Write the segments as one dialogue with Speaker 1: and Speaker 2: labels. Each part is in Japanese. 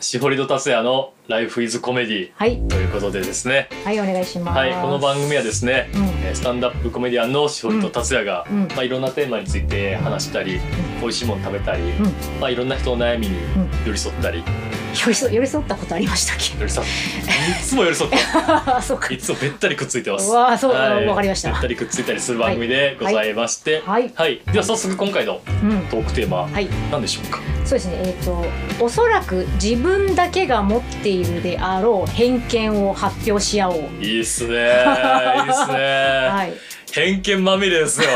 Speaker 1: しほりと達也のライフイズコメディ
Speaker 2: はい
Speaker 1: ということでですね。
Speaker 2: はいお願いします
Speaker 1: はい、この番組はですね、
Speaker 2: うん
Speaker 1: えースタンダップコメディアンのしほりと達也が、
Speaker 2: うんうん
Speaker 1: まあいろんなテーマについて話したり、美味しいもの食べたり、
Speaker 2: うん
Speaker 1: まあいろんな人の悩みに
Speaker 2: うん
Speaker 1: 寄り添ったり、
Speaker 2: 寄り添寄り添ったことありましたっけ
Speaker 1: 寄り添っいつも寄り添ってま す、
Speaker 2: ああそうか
Speaker 1: いつもべったりくっついてます。
Speaker 2: うわあそう
Speaker 1: は
Speaker 2: わかりました
Speaker 1: べったりくっついたりする番組でございまして、
Speaker 2: はいはい
Speaker 1: では早速今回の
Speaker 2: うん
Speaker 1: トークテーマ
Speaker 2: はい
Speaker 1: なんでしょうか。
Speaker 2: そうですねえっ、とおそらく自分だけが持っているであろう偏見を発表し合おう
Speaker 1: いいっすねー、いいっすねー。
Speaker 2: はい
Speaker 1: 偏見まみれですよ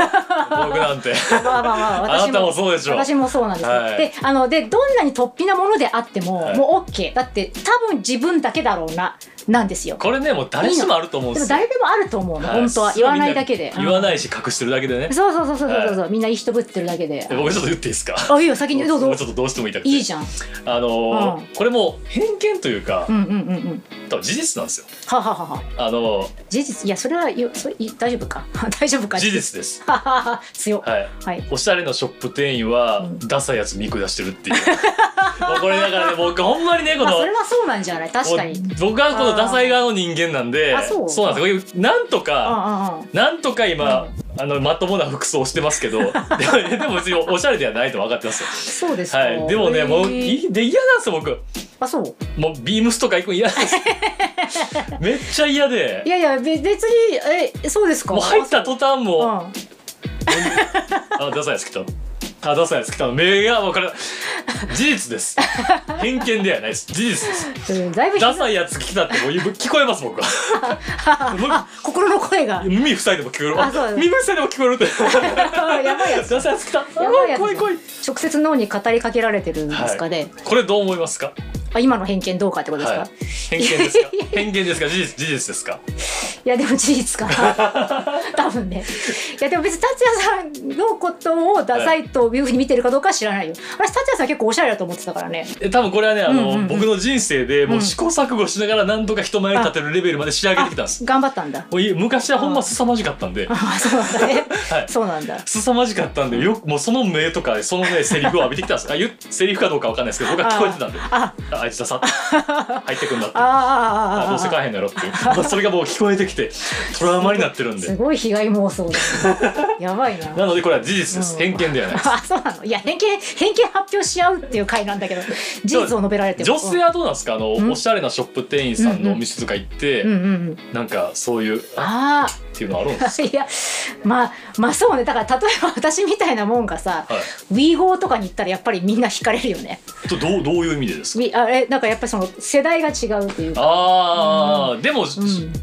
Speaker 1: 僕なんて
Speaker 2: まあまあまあ
Speaker 1: あ
Speaker 2: 私
Speaker 1: なたも
Speaker 2: も
Speaker 1: そうでしょ
Speaker 2: 私もそうなんですよ、
Speaker 1: はい
Speaker 2: であのでどんなに突飛なものであっても、
Speaker 1: はい
Speaker 2: もう OK だって多分自分だけだろうななんですよ
Speaker 1: これねもう誰しもあると思うん
Speaker 2: で
Speaker 1: で
Speaker 2: も
Speaker 1: すよ
Speaker 2: 誰でもあると思うの、
Speaker 1: い
Speaker 2: 本当は言わないだけで
Speaker 1: そうみんな言わ
Speaker 2: い、
Speaker 1: ないし隠してるだけでね
Speaker 2: うんそうそうそうそうそうそう、
Speaker 1: は
Speaker 2: みんないい人ぶってるだけで
Speaker 1: で僕ちょっと言っていいですか
Speaker 2: あいいよ先にどう
Speaker 1: も
Speaker 2: ぞ
Speaker 1: うちょっとどうしても言いたくて
Speaker 2: いいじゃん
Speaker 1: あのー
Speaker 2: うん
Speaker 1: これもう偏見というか、
Speaker 2: うんうんうんうん
Speaker 1: 多分事実なんですよ
Speaker 2: はははは
Speaker 1: あのー
Speaker 2: 事実いやそれはよそれい大丈夫か 大丈夫か
Speaker 1: 事実です
Speaker 2: ははは 強い
Speaker 1: はい
Speaker 2: はい
Speaker 1: おしゃれのショップ店員は、
Speaker 2: うん
Speaker 1: ダサいやつ見下してるっていう もうこれだからね僕ほんまにねこ
Speaker 2: まあ
Speaker 1: の
Speaker 2: それはそうなんじゃない確かに
Speaker 1: もう僕はこのダサい側の人間なんで
Speaker 2: あーあそう
Speaker 1: なんですよなんとか、
Speaker 2: あ
Speaker 1: なんとか今、
Speaker 2: うん
Speaker 1: あのまともな服装してます けどでもでも別におしゃれではないと分かってますよ
Speaker 2: そうですか
Speaker 1: はいでもねもう
Speaker 2: い
Speaker 1: いいで嫌なんですよ僕
Speaker 2: あそう
Speaker 1: もうビームスとか行くの嫌 なんですよめっちゃ嫌で
Speaker 2: いやいやべ別にえそうですか
Speaker 1: もう入った途端
Speaker 2: う
Speaker 1: も
Speaker 2: ん
Speaker 1: 「あダサいやつ来た」あ「ダサいやつ来た」目が分からない事実です偏見ではないです事実です
Speaker 2: うんだいぶひ
Speaker 1: ダサいやつ来たってもう聞こえます僕は
Speaker 2: あ心の声が
Speaker 1: 耳塞いでも聞こえる
Speaker 2: あそう
Speaker 1: 耳塞いでも聞こえるって
Speaker 2: やばいやつ
Speaker 1: ダサい やつ来た
Speaker 2: やばいやつ
Speaker 1: 怖い怖い
Speaker 2: 直接脳に語りかけられてるんですかね、
Speaker 1: これどう思いますか
Speaker 2: あ今の偏見どうかってことですか、
Speaker 1: はい
Speaker 2: い、、
Speaker 1: 偏見ですか偏見ですか事実事実ですか
Speaker 2: やでも事実かな 多分ねいやでも別に達也さんのことをダサいというふうに見てるかどうかは知らないよ私達也さん結構おしゃれだと思ってたからね
Speaker 1: え多分これはねあの、
Speaker 2: うんうんうん
Speaker 1: 僕の人生でもううん試行錯誤しながら何とか人前に立てるレベルまで仕上げてきたんです、
Speaker 2: 頑張ったんだ
Speaker 1: もうい昔はほんま凄まじかったんで、
Speaker 2: あそうなんだ ね、
Speaker 1: はい
Speaker 2: そうなんだ
Speaker 1: 凄まじかったんでよくもうその目とかそのねセリフを浴びてきたんですあ言うセリフかどうかわかんないですけど僕は聞こえてたんであ
Speaker 2: あ
Speaker 1: あいつださ入ってくんだっ
Speaker 2: あ
Speaker 1: て
Speaker 2: ああ
Speaker 1: あどうせ
Speaker 2: ああ
Speaker 1: 買えへんだろっていう まあそれがもう聞こえてきてトラウマになってるん
Speaker 2: す
Speaker 1: で
Speaker 2: ごい被害妄想 だ、ね、やばいな
Speaker 1: なのでこれは事実です、
Speaker 2: うん
Speaker 1: 偏見ではないです
Speaker 2: あそうなのいや偏見偏見発表し合うっていう回なんだけど事実を述べられても
Speaker 1: 女性はどうなんですかあの、
Speaker 2: ん
Speaker 1: おしゃれなショップ店員さんのお店とか行って、
Speaker 2: うんうんうん
Speaker 1: なんかそういうあ
Speaker 2: ああ
Speaker 1: っていうのあるんです
Speaker 2: いやまあまあそうねだから例えば私みたいなもんがさ、
Speaker 1: はい
Speaker 2: ウィーゴーとかに行ったらやっぱりみんな惹かれるよね
Speaker 1: とどうどういう意味でです
Speaker 2: ウ
Speaker 1: か
Speaker 2: ィあえなんかやっぱりその世代が違うというか
Speaker 1: ああ、でも、
Speaker 2: ん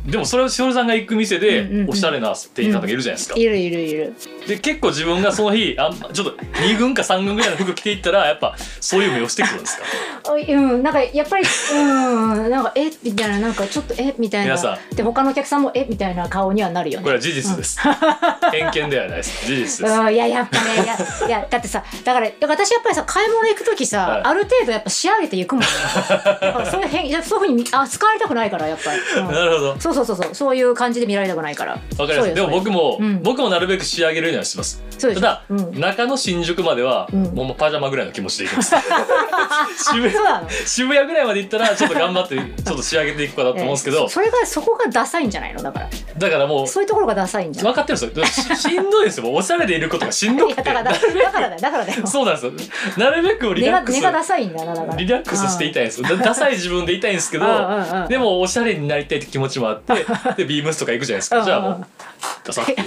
Speaker 1: でもそれはしおりさんが行く店で、
Speaker 2: うんうんうん
Speaker 1: おしゃれな店員さんとかいるじゃないですか、
Speaker 2: いるいるいる
Speaker 1: で結構自分がその日あんちょっと2軍か3軍ぐらいの服着ていったらやっぱそういう目をしてくるん ですか
Speaker 2: おいうんなんかやっぱりうんなんかえみたいななんかちょっとえみたい
Speaker 1: 皆さ
Speaker 2: なで他のお客さんもえみたいな顔にはなるよ
Speaker 1: これ
Speaker 2: ね
Speaker 1: は事実です、偏見ではないです事実です、
Speaker 2: うん、いややっぱねいやいやだってさだからだから私やっぱりさ買い物行く時さ、
Speaker 1: はい
Speaker 2: ある程度やっぱ仕上げてい くもん、ね、だからそういう変いやそういうふうにあ使われたくないからやっぱり、うん
Speaker 1: なるほど
Speaker 2: そうそうそうそうそういう感じで見られたくないから。
Speaker 1: わかりま
Speaker 2: そう
Speaker 1: す
Speaker 2: よ
Speaker 1: でも僕も、
Speaker 2: うん
Speaker 1: 僕もなるべく仕上げるようにはしてます
Speaker 2: そうで
Speaker 1: た
Speaker 2: す
Speaker 1: だ、
Speaker 2: うん
Speaker 1: 中野新宿までは、
Speaker 2: うん
Speaker 1: もうパジャマぐらいの気持ちで行きます 渋
Speaker 2: そうなの
Speaker 1: 谷渋谷ぐらいまで行ったらちょっと頑張ってちょっと仕上げていくかなと思うんですけ
Speaker 2: え
Speaker 1: ど
Speaker 2: ー、それがそこがダサいんじゃないのだから
Speaker 1: だからもう
Speaker 2: そういうところがダサいんじゃな
Speaker 1: 分
Speaker 2: い
Speaker 1: かってるんですよししんどいですよもうおしゃれでいることがしんど
Speaker 2: い
Speaker 1: く
Speaker 2: や
Speaker 1: て
Speaker 2: だからだだからだよだからだよ
Speaker 1: そうなんですよなるべくリ
Speaker 2: 根
Speaker 1: ラッ
Speaker 2: が
Speaker 1: クス
Speaker 2: 根がダサいんだよなだから
Speaker 1: リラックスしていたいんですだダサい自分でいたいんですけど
Speaker 2: うんうんうん
Speaker 1: でもおしゃれになりたいって気持ちもあって でビームスとか行くじゃないです
Speaker 2: うんう
Speaker 1: か
Speaker 2: ん
Speaker 1: じゃあもうダサっていう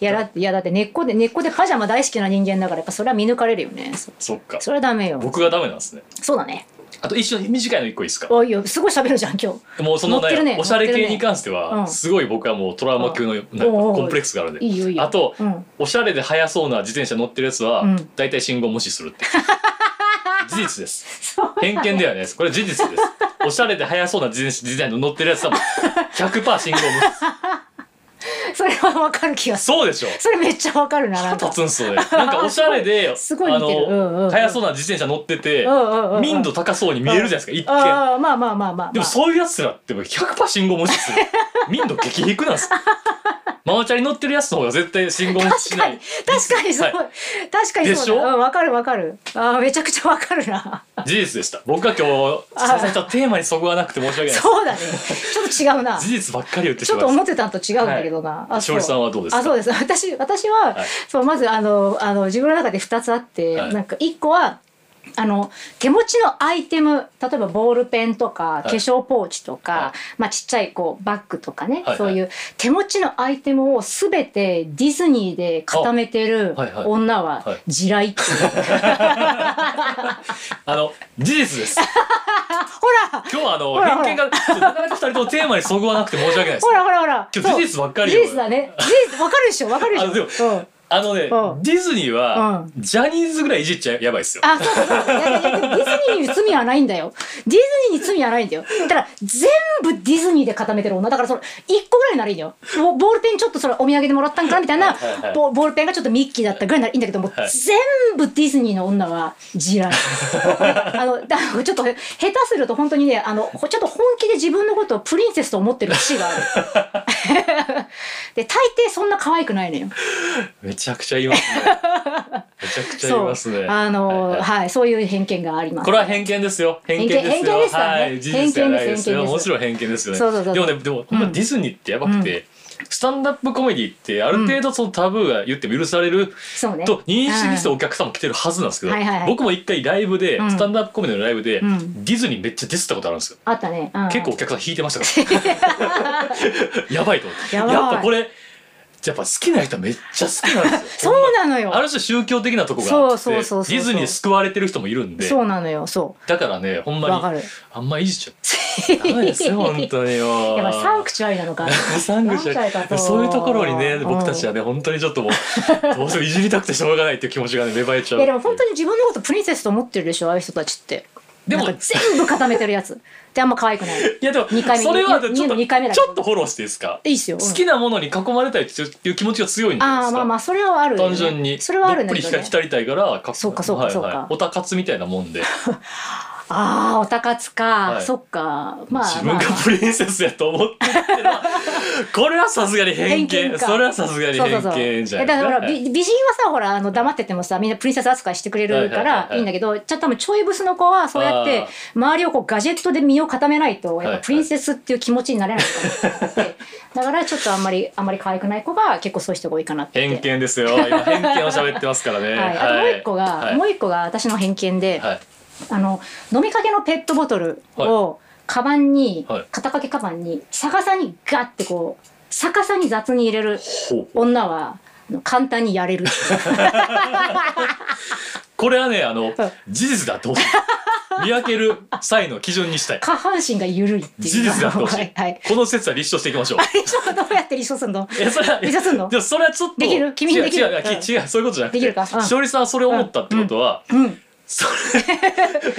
Speaker 2: いやだっていやだって根っこで根っこでパジャマ大好きな人間だからやっぱそれは見抜かれるよねそ
Speaker 1: そっか
Speaker 2: それはダメよ
Speaker 1: 僕がダメなんですね
Speaker 2: そうだね
Speaker 1: あと一緒に短いの一個いいですか
Speaker 2: おいよすごい喋るじゃん今日
Speaker 1: もうその
Speaker 2: 乗って
Speaker 1: ね
Speaker 2: るね
Speaker 1: おしゃれ
Speaker 2: 乗って
Speaker 1: 系
Speaker 2: るね
Speaker 1: に関して
Speaker 2: う
Speaker 1: は
Speaker 2: ん
Speaker 1: すごい僕はもうトラウマ級のなんか
Speaker 2: おうおう
Speaker 1: コンプレックスがあるんで
Speaker 2: いいよいいよ
Speaker 1: あと、
Speaker 2: うん
Speaker 1: おしゃれで速そうな自転車乗ってるやつは
Speaker 2: うん
Speaker 1: 大体信号無視する っていう事実です
Speaker 2: そう
Speaker 1: 偏見ではないですこれ事 実ですおしゃれで速そうな自転車自転車乗ってるやつはもう100%信号無視です
Speaker 2: それはわかる気がする
Speaker 1: そうでしょ
Speaker 2: それめっちゃわかるななん
Speaker 1: 立
Speaker 2: か
Speaker 1: つんすよねなんかおしゃれで
Speaker 2: すごい似てるうんうんうん
Speaker 1: 速そうな自転車乗ってて
Speaker 2: うんうんうんうん
Speaker 1: 民度高そうに見えるじゃないですか一見
Speaker 2: ああまあまあまあまあまあ
Speaker 1: でもそういうやつらって100%信号無視する民度激低なんですママチャリ乗ってるやつの方が絶対信号無視し
Speaker 2: 確か
Speaker 1: な
Speaker 2: に
Speaker 1: い
Speaker 2: 確かにすごい、
Speaker 1: は
Speaker 2: 確かにそ
Speaker 1: で
Speaker 2: う
Speaker 1: し
Speaker 2: だ
Speaker 1: ょ
Speaker 2: うんわかるわかるあーめちゃくちゃわかるな
Speaker 1: 事実でした僕は今日ささんとはテーマにそぐわなくて申し訳ないです
Speaker 2: そうだねちょっと違うな
Speaker 1: 事実ばっかり言って
Speaker 2: ち
Speaker 1: し
Speaker 2: ょっ
Speaker 1: ま
Speaker 2: と
Speaker 1: いま
Speaker 2: 思
Speaker 1: し
Speaker 2: ってたんと違うんだけどな、
Speaker 1: た
Speaker 2: あそう
Speaker 1: 勝利さんはどうですか
Speaker 2: あそうです私私は、
Speaker 1: はい
Speaker 2: そうまずあのあの自分の中で2つあって、
Speaker 1: はい
Speaker 2: なんか1個はあの手持ちのアイテム例えばボールペンとか
Speaker 1: い
Speaker 2: 化粧ポーチとか、
Speaker 1: はい
Speaker 2: まあ、ちっちゃいこうバッグとか
Speaker 1: は
Speaker 2: ね、
Speaker 1: いはい
Speaker 2: そういう手持ちのアイテムを全てディズニーで固めてる
Speaker 1: あはいはい
Speaker 2: 女は
Speaker 1: はい
Speaker 2: 地雷っていう、
Speaker 1: あの事実です
Speaker 2: ほら
Speaker 1: 今日はあの
Speaker 2: ほらほら
Speaker 1: 偏見がちょっとなかなか二人ともテーマにそぐわなくて申し訳ないです
Speaker 2: ほらほらほら
Speaker 1: 今日
Speaker 2: そう
Speaker 1: 事実ばっかり
Speaker 2: 事
Speaker 1: よ
Speaker 2: 実だね事実わかるでしょわかるでしょ
Speaker 1: あでも
Speaker 2: うん
Speaker 1: あのね、
Speaker 2: うん
Speaker 1: ディズニーは、
Speaker 2: う
Speaker 1: ジャニーズぐらいいじっちゃやばいっすよ。
Speaker 2: あ、そうそうそう。いやいやいやでもディズニーに罪はないんだよ。ディズニーに罪はないんだよ。だから、全部ディズニーで固めてる女。だから、それ、一個ぐらいならいいんだよ。ボボールペンちょっとそれお土産でもらったんかなみたいな
Speaker 1: はいはいはい
Speaker 2: ボ、ボールペンがちょっとミッキーだったぐらいならいいんだけども、
Speaker 1: はい
Speaker 2: 全部ディズニーの女は 地雷。あの、だちょっと、下手すると本当にね、あの、ほちょっと本気で自分のことをプリンセスと思ってる節がある。 で、大抵そんな可愛くないのよ。
Speaker 1: めちゃくちゃ言いますね。めちゃくちゃ言いますね。
Speaker 2: あの、
Speaker 1: はいはい
Speaker 2: はい、そういう偏見があります。
Speaker 1: これは偏見ですよ。偏見ですよ。
Speaker 2: 偏見偏見ですからね
Speaker 1: はい、事実じゃないですよ。
Speaker 2: 偏見です偏見です
Speaker 1: もちろん偏見ですよね。
Speaker 2: そうそうそう
Speaker 1: でもね、でも、ほんま
Speaker 2: うん
Speaker 1: ディズニーってやばくて、スタンダップコメディってある程度そのタブーが言っても許される
Speaker 2: そうね。
Speaker 1: と認識してお客さんも来てるはずなんですけど、
Speaker 2: うんはいはいはい
Speaker 1: 僕も一回ライブで、
Speaker 2: うん
Speaker 1: スタンダップコメディのライブで、
Speaker 2: うん
Speaker 1: ディズニーめっちゃディスったことあるんですよ。
Speaker 2: あったね。うん
Speaker 1: 結構お客さん引いてましたから やばいと思ってや
Speaker 2: やばい
Speaker 1: っぱこれやっぱ好きな人めっちゃ好きなんです
Speaker 2: そ
Speaker 1: よ
Speaker 2: うなのよ
Speaker 1: あ。る種宗教的なとこがあって
Speaker 2: そうそうそうそうそう
Speaker 1: ディズニーに救われてる人もいるんで
Speaker 2: そうなのよ。そ
Speaker 1: だからねほん
Speaker 2: う。わ
Speaker 1: ま
Speaker 2: か
Speaker 1: に
Speaker 2: る。
Speaker 1: あんまいじっちゃダメですよ本当によ
Speaker 2: やっぱサンクチュアリな のか。
Speaker 1: サングシ
Speaker 2: サンクチュア
Speaker 1: ャ
Speaker 2: リか
Speaker 1: そういうところにね
Speaker 2: うん
Speaker 1: 僕たちはね本当にちょっともう どうせいじりたくてしょうがないっていう気持ちがね芽生えちゃ
Speaker 2: いうやでも本当に自分のことプリンセスと思ってるでしょああいう人たちって。
Speaker 1: でも
Speaker 2: なんか全部固めてるやつ。であんま可愛くない。い
Speaker 1: いやでも
Speaker 2: 二回目
Speaker 1: それはね
Speaker 2: 二
Speaker 1: ちょっと
Speaker 2: 二回目だ
Speaker 1: ち
Speaker 2: けど
Speaker 1: ょっとフォローしていいですか
Speaker 2: いっすよ。うん
Speaker 1: 好きなものに囲まれたいっていう気持ちが強いんじゃないです
Speaker 2: ああ
Speaker 1: か
Speaker 2: まあまあそれはあるよね。
Speaker 1: 単純に
Speaker 2: それはあるん
Speaker 1: ど
Speaker 2: だ
Speaker 1: っぷ
Speaker 2: け
Speaker 1: り
Speaker 2: ど
Speaker 1: 浸
Speaker 2: ね
Speaker 1: り。浸りたいからか
Speaker 2: そうかそうかそうか
Speaker 1: オタ活みたいなもんで、
Speaker 2: ああおたかつ
Speaker 1: は
Speaker 2: か。
Speaker 1: い
Speaker 2: そっか。まあ
Speaker 1: 自
Speaker 2: ま
Speaker 1: 分
Speaker 2: あ
Speaker 1: が。プリンセスやと思ってるって のはこれはさすがに偏見
Speaker 2: 偏見か
Speaker 1: それはさすがに
Speaker 2: そうそ
Speaker 1: 偏
Speaker 2: うそう。
Speaker 1: 見じゃ
Speaker 2: え
Speaker 1: ない
Speaker 2: だからほら
Speaker 1: はい
Speaker 2: 美美人はさほらあの黙っててもさみんなプリンセス扱いしてくれるか
Speaker 1: はいはいはい
Speaker 2: ら
Speaker 1: はい
Speaker 2: いいんだけど、じゃあ多分ちょいブスの子はそうやって
Speaker 1: あ
Speaker 2: 周りをこうガジェットで身を固めないと
Speaker 1: いはい
Speaker 2: やっぱプリンセスっていう気持ちになれないかなって、だからちょっとあんまりあんまり可愛くない子が結構そういう人が多いかなって。
Speaker 1: 偏見 ですよ今偏見を喋ってますからね
Speaker 2: はい、あともう一個が、
Speaker 1: はい
Speaker 2: もう一個が私の偏見で、
Speaker 1: はい
Speaker 2: あの飲みかけのペットボトルを、カバンに、
Speaker 1: はい
Speaker 2: 肩掛けカバンに逆さにガッてこう逆さに雑に入れる
Speaker 1: ほう
Speaker 2: 女はあの簡単に やれる
Speaker 1: これはねあの
Speaker 2: ん
Speaker 1: 事実だと思う見分ける際の基準に したい
Speaker 2: 下半身が緩いっていう
Speaker 1: 事実だと
Speaker 2: はいはい
Speaker 1: この説は立証していきましょう
Speaker 2: えちょっとどうやって立証するの
Speaker 1: いやそれは
Speaker 2: 立証すんの
Speaker 1: でもそれはちょっと
Speaker 2: できる君にできる
Speaker 1: 違う違う
Speaker 2: うん
Speaker 1: き違うそういうことじゃなくて
Speaker 2: できるかうん
Speaker 1: しおりさんはそれを思ったってことは、
Speaker 2: うん
Speaker 1: それ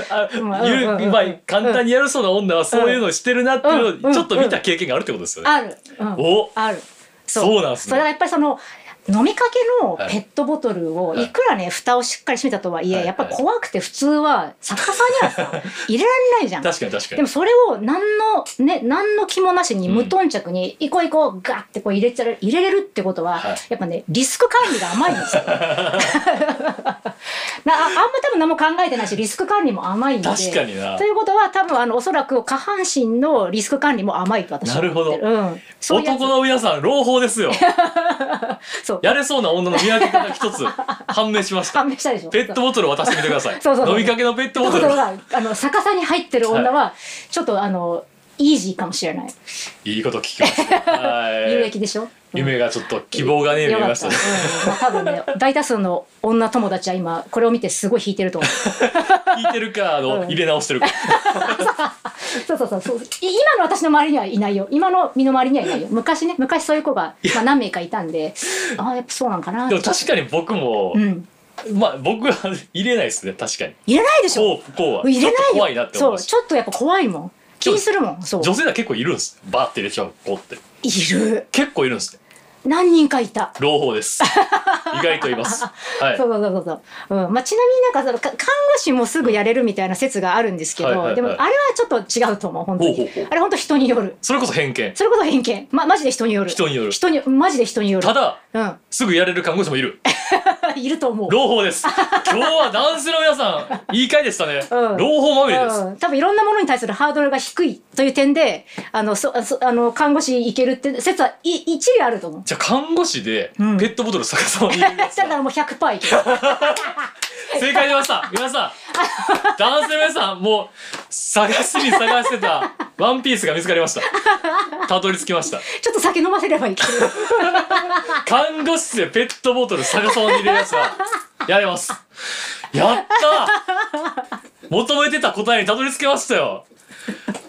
Speaker 1: あ
Speaker 2: うんうん
Speaker 1: ゆ
Speaker 2: うんうん
Speaker 1: まあ簡単にやるそうな女はそういうのをしてるなっていうの
Speaker 2: う
Speaker 1: を
Speaker 2: ん
Speaker 1: ちょっと見た経験があるってことですよね。
Speaker 2: ある、うん、
Speaker 1: お
Speaker 2: ある
Speaker 1: そうなんすね
Speaker 2: それはやっぱりその飲みかけのペットボトルを
Speaker 1: はい
Speaker 2: いくらね蓋をしっかり閉めたとはいえ、
Speaker 1: はい
Speaker 2: やっぱ怖くて普通は逆さには さ入れられないじゃん
Speaker 1: 確かに確か
Speaker 2: で
Speaker 1: に
Speaker 2: も。それを何のね何の気もなしに
Speaker 1: うん
Speaker 2: 無頓着に一個一個ガッてこう入れちゃ入れれるってことは、
Speaker 1: はい
Speaker 2: やっぱねリスク管理が甘いん ですよ。なああんま多分何も考えてないしリスク管理も甘いんで。
Speaker 1: 確かにな
Speaker 2: と。いうことは多分あのおそらく下半身のリスク管理も甘いと私は思って
Speaker 1: なるほ
Speaker 2: ど。うん。そういうやつ
Speaker 1: 男の皆さん朗報ですよ。
Speaker 2: そう
Speaker 1: やれそうな女の見分け方一つ 判明しました。
Speaker 2: 判明したでしょ。
Speaker 1: ペットボトルを渡してみてください。
Speaker 2: そうそうそう
Speaker 1: 飲みかけのペットボト
Speaker 2: とこ
Speaker 1: ル
Speaker 2: ろ。があの逆さに入ってる女はちょっとあのイージーかもしれない。
Speaker 1: いいこと聞きました。はい
Speaker 2: 有益でしょ。うん
Speaker 1: 夢がちょっと希望がね見え
Speaker 2: よか
Speaker 1: ま
Speaker 2: っ。
Speaker 1: したた
Speaker 2: う
Speaker 1: ね。
Speaker 2: んまあ多分ね、大多数の女友達は今これを見てすごい引いてると思う。
Speaker 1: 聞いてるかあの
Speaker 2: うん
Speaker 1: 入れ直してるか。
Speaker 2: そうそうそうそう。い今の私の周りにはいないよ。今の身の回りにはいないよ。昔ね、昔そういう子がまあ何名かいたんで、ああやっぱそうなんかな。
Speaker 1: でも確かに僕も
Speaker 2: うん。
Speaker 1: まあ僕は入れないですね確かに。
Speaker 2: 入れないでしょ。
Speaker 1: こうこうは
Speaker 2: 入れ
Speaker 1: ち
Speaker 2: ないよ
Speaker 1: ょっと怖いなって思
Speaker 2: そうう、
Speaker 1: し
Speaker 2: ちょっとやっぱ怖いもん。気にするもん。そう。
Speaker 1: 女性は結構いるんですバーって入れちゃう子って
Speaker 2: いる。
Speaker 1: 結構いるんですね
Speaker 2: 何人かいた。
Speaker 1: 朗報 です。意外といます。はい
Speaker 2: そ。うそうそうそう、うんまあ、ちなみになんかそのか看護師もすぐやれるみたいな説があるんですけど、
Speaker 1: はいはいはい
Speaker 2: でもあれはちょっと違うと思う本当に
Speaker 1: ほうほうほう
Speaker 2: あれ本当人による
Speaker 1: それこそ偏見。
Speaker 2: それこそ偏見まマジで人による
Speaker 1: 人による
Speaker 2: 人にマジで人による
Speaker 1: ただ、
Speaker 2: うん
Speaker 1: すぐやれる看護師もいる。
Speaker 2: いると思う
Speaker 1: 朗報 です。今日は男性の皆さん、いい回でしたね。
Speaker 2: うん
Speaker 1: 朗報まみれです。
Speaker 2: うん、多分いろんなものに対するハードルが低いという点であのそそあの看護師いけるって説はい一理あると思う
Speaker 1: じゃあ看護師でペ
Speaker 2: うん
Speaker 1: ットボトル逆さまに入れるや
Speaker 2: だ
Speaker 1: つ
Speaker 2: からもう100%いける
Speaker 1: 正解出ました皆さん男性の皆さんもう探しに探してたワンピースが見つかりましたたどり着きました
Speaker 2: ちょっと酒飲ませれば いける
Speaker 1: 看護師でペットボトル逆さまに入れるやつはやれますやった求めてた答えにたどり着けましたよ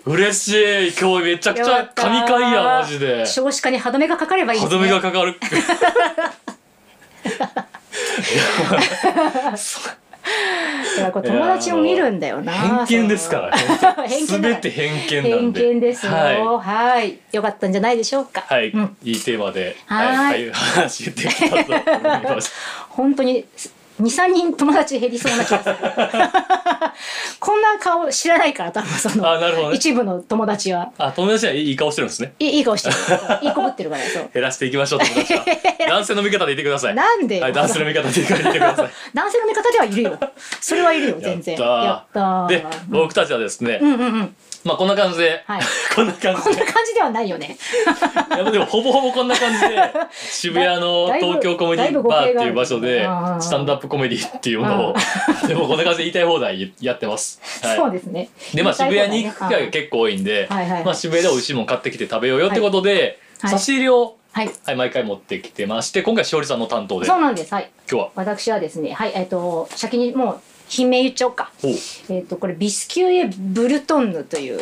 Speaker 1: 嬉しい今日めちゃくちゃ神回やマジで
Speaker 2: 少子化に歯止めがかかればいい
Speaker 1: 歯
Speaker 2: ですね
Speaker 1: 止めがかかるいやそ
Speaker 2: だからこれ友達を見るんだよな。
Speaker 1: 偏見です から
Speaker 2: そう
Speaker 1: す
Speaker 2: 偏見だ
Speaker 1: べて偏見なん
Speaker 2: 偏
Speaker 1: で
Speaker 2: 見ですよ。
Speaker 1: は
Speaker 2: はい、良かったんじゃないでしょうか。
Speaker 1: い、はい
Speaker 2: うん、
Speaker 1: いいテーマで
Speaker 2: はい
Speaker 1: ああいう話できたと思いまし
Speaker 2: 本当に二三人友達減りそうな気 がする。こんな顔知らないから多分そ
Speaker 1: たあなるほど
Speaker 2: の
Speaker 1: ね
Speaker 2: 一部の友達は。
Speaker 1: あ友達はいいいい顔してるんですね
Speaker 2: いいいい顔してる。いいこぶってるからそう。
Speaker 1: 減らしていきましょう友達は 男性の味方でいてください
Speaker 2: なんでよ
Speaker 1: はい、男性の味方でいてください
Speaker 2: 男性の味方ではいるよ。それはいるよ 全然。
Speaker 1: やったー
Speaker 2: ー
Speaker 1: で僕たちはですね、
Speaker 2: うんうんうん。
Speaker 1: まあこんな感じで、
Speaker 2: はい
Speaker 1: こんな感
Speaker 2: こん
Speaker 1: じで
Speaker 2: な感じではないよね。
Speaker 1: いやでもほぼほぼこんな感じ で渋谷の
Speaker 2: だいぶ
Speaker 1: 東京コメデ
Speaker 2: だいぶ
Speaker 1: ィ
Speaker 2: 語弊
Speaker 1: バーって
Speaker 2: があ
Speaker 1: いう
Speaker 2: る
Speaker 1: 場所で
Speaker 2: うんうんうん
Speaker 1: スタンドアップコメディっていうものを でもこんな感じで言いたい放題やってます。はい
Speaker 2: そうですね。
Speaker 1: でまあ渋谷に行く機
Speaker 2: か
Speaker 1: 会が結構多いんで、
Speaker 2: はいはいはい
Speaker 1: まあ、渋谷で美味しいもん買ってきて食べようよってことで、
Speaker 2: はい
Speaker 1: 差し入れを、
Speaker 2: はい。
Speaker 1: はい、毎回持ってきてまして今回しおりさんの担当で
Speaker 2: そう
Speaker 1: 今
Speaker 2: なんです。はい。
Speaker 1: 日は
Speaker 2: 私はですね、はい、えっ、と、先にもう、品名言っちゃおうか。
Speaker 1: おう
Speaker 2: えっ、と、これ、ビスキュイエ・ブルトンヌという、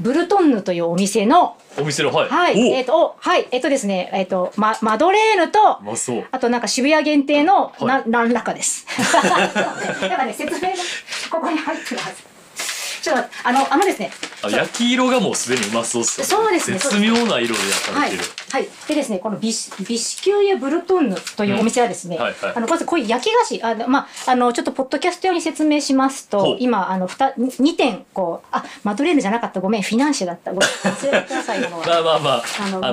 Speaker 2: ブルトンヌというお店の、
Speaker 1: お店のはい、
Speaker 2: はい、
Speaker 1: おう
Speaker 2: えっ、と、おはい、えっ、とですね、えっ、と、ま、マドレーヌと
Speaker 1: う、まそう
Speaker 2: あとなんか渋谷限定の、
Speaker 1: い
Speaker 2: な、何らかです。 なんかね、説明が、ここに入ってるはず。ちょっと待って、あの、あのですね、
Speaker 1: あ焼き色がもうすでにうまそうっすよ
Speaker 2: そうですね
Speaker 1: 絶妙な色で焼か
Speaker 2: は
Speaker 1: れ
Speaker 2: い
Speaker 1: てる、、
Speaker 2: はい、でですね、このビシビシキュイエブルトンヌというお店はですね、
Speaker 1: うんはいはい
Speaker 2: あのまずこういう焼き菓子、あのまああのちょっとポッドキャスト用に説明します
Speaker 1: ほ
Speaker 2: と
Speaker 1: う、
Speaker 2: 今あのふた二二点こうあマドレーヌじゃなかったごめんフィナンシェだったごめん忘れてくださ いもう
Speaker 1: まあまあまああ
Speaker 2: あ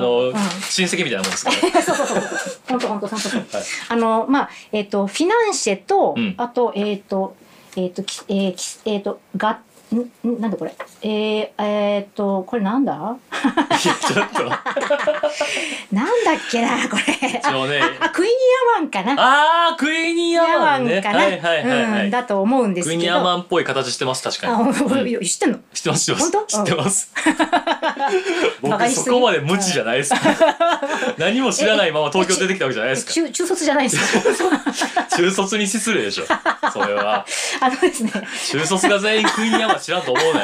Speaker 1: の
Speaker 2: のうん
Speaker 1: 親戚みたいなもんですから
Speaker 2: そうそうそうそう本当本当本当、
Speaker 1: はい
Speaker 2: あのまあえっ、とフィナンシェと、
Speaker 1: うん
Speaker 2: あとえっ、とえっ、ときえー、きえっ、とがんんなんだこれえー、えっ、とこれなんだ
Speaker 1: いやちょっと
Speaker 2: なんだっけなこれ
Speaker 1: 一応ね
Speaker 2: ああクイニアマンかな
Speaker 1: あークイニー
Speaker 2: ヤ
Speaker 1: アマ
Speaker 2: ワ
Speaker 1: ン
Speaker 2: ン
Speaker 1: ね
Speaker 2: か
Speaker 1: はいはいはい
Speaker 2: な
Speaker 1: は
Speaker 2: う
Speaker 1: い
Speaker 2: んだと思うんです
Speaker 1: ク
Speaker 2: け
Speaker 1: イ
Speaker 2: ど。
Speaker 1: ニーアマンっぽい形してます確か
Speaker 2: あ、
Speaker 1: に
Speaker 2: ほん
Speaker 1: う
Speaker 2: と
Speaker 1: ん
Speaker 2: 知ってんの？
Speaker 1: 知ってます知ってます
Speaker 2: 本当
Speaker 1: 知ってます、
Speaker 2: バカ
Speaker 1: 僕
Speaker 2: にしすぎ
Speaker 1: そこまで無知じゃないです何も知らないまま東京出てきたわけじゃないですか
Speaker 2: 中中卒じゃないです か。
Speaker 1: 中卒に失礼でしょそれは
Speaker 2: あのですね。
Speaker 1: 中卒が全員クイニーアマン知らんと思う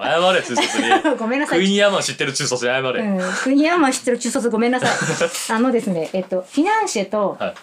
Speaker 1: なよ謝れ中卒に
Speaker 2: ごめんなさ
Speaker 1: クイ
Speaker 2: い。
Speaker 1: ニーアマン知ってる中卒に謝れ、
Speaker 2: うん、クイニアマン知ってる中卒ごめんなさいあのですねえっとフィナンシェと
Speaker 1: はい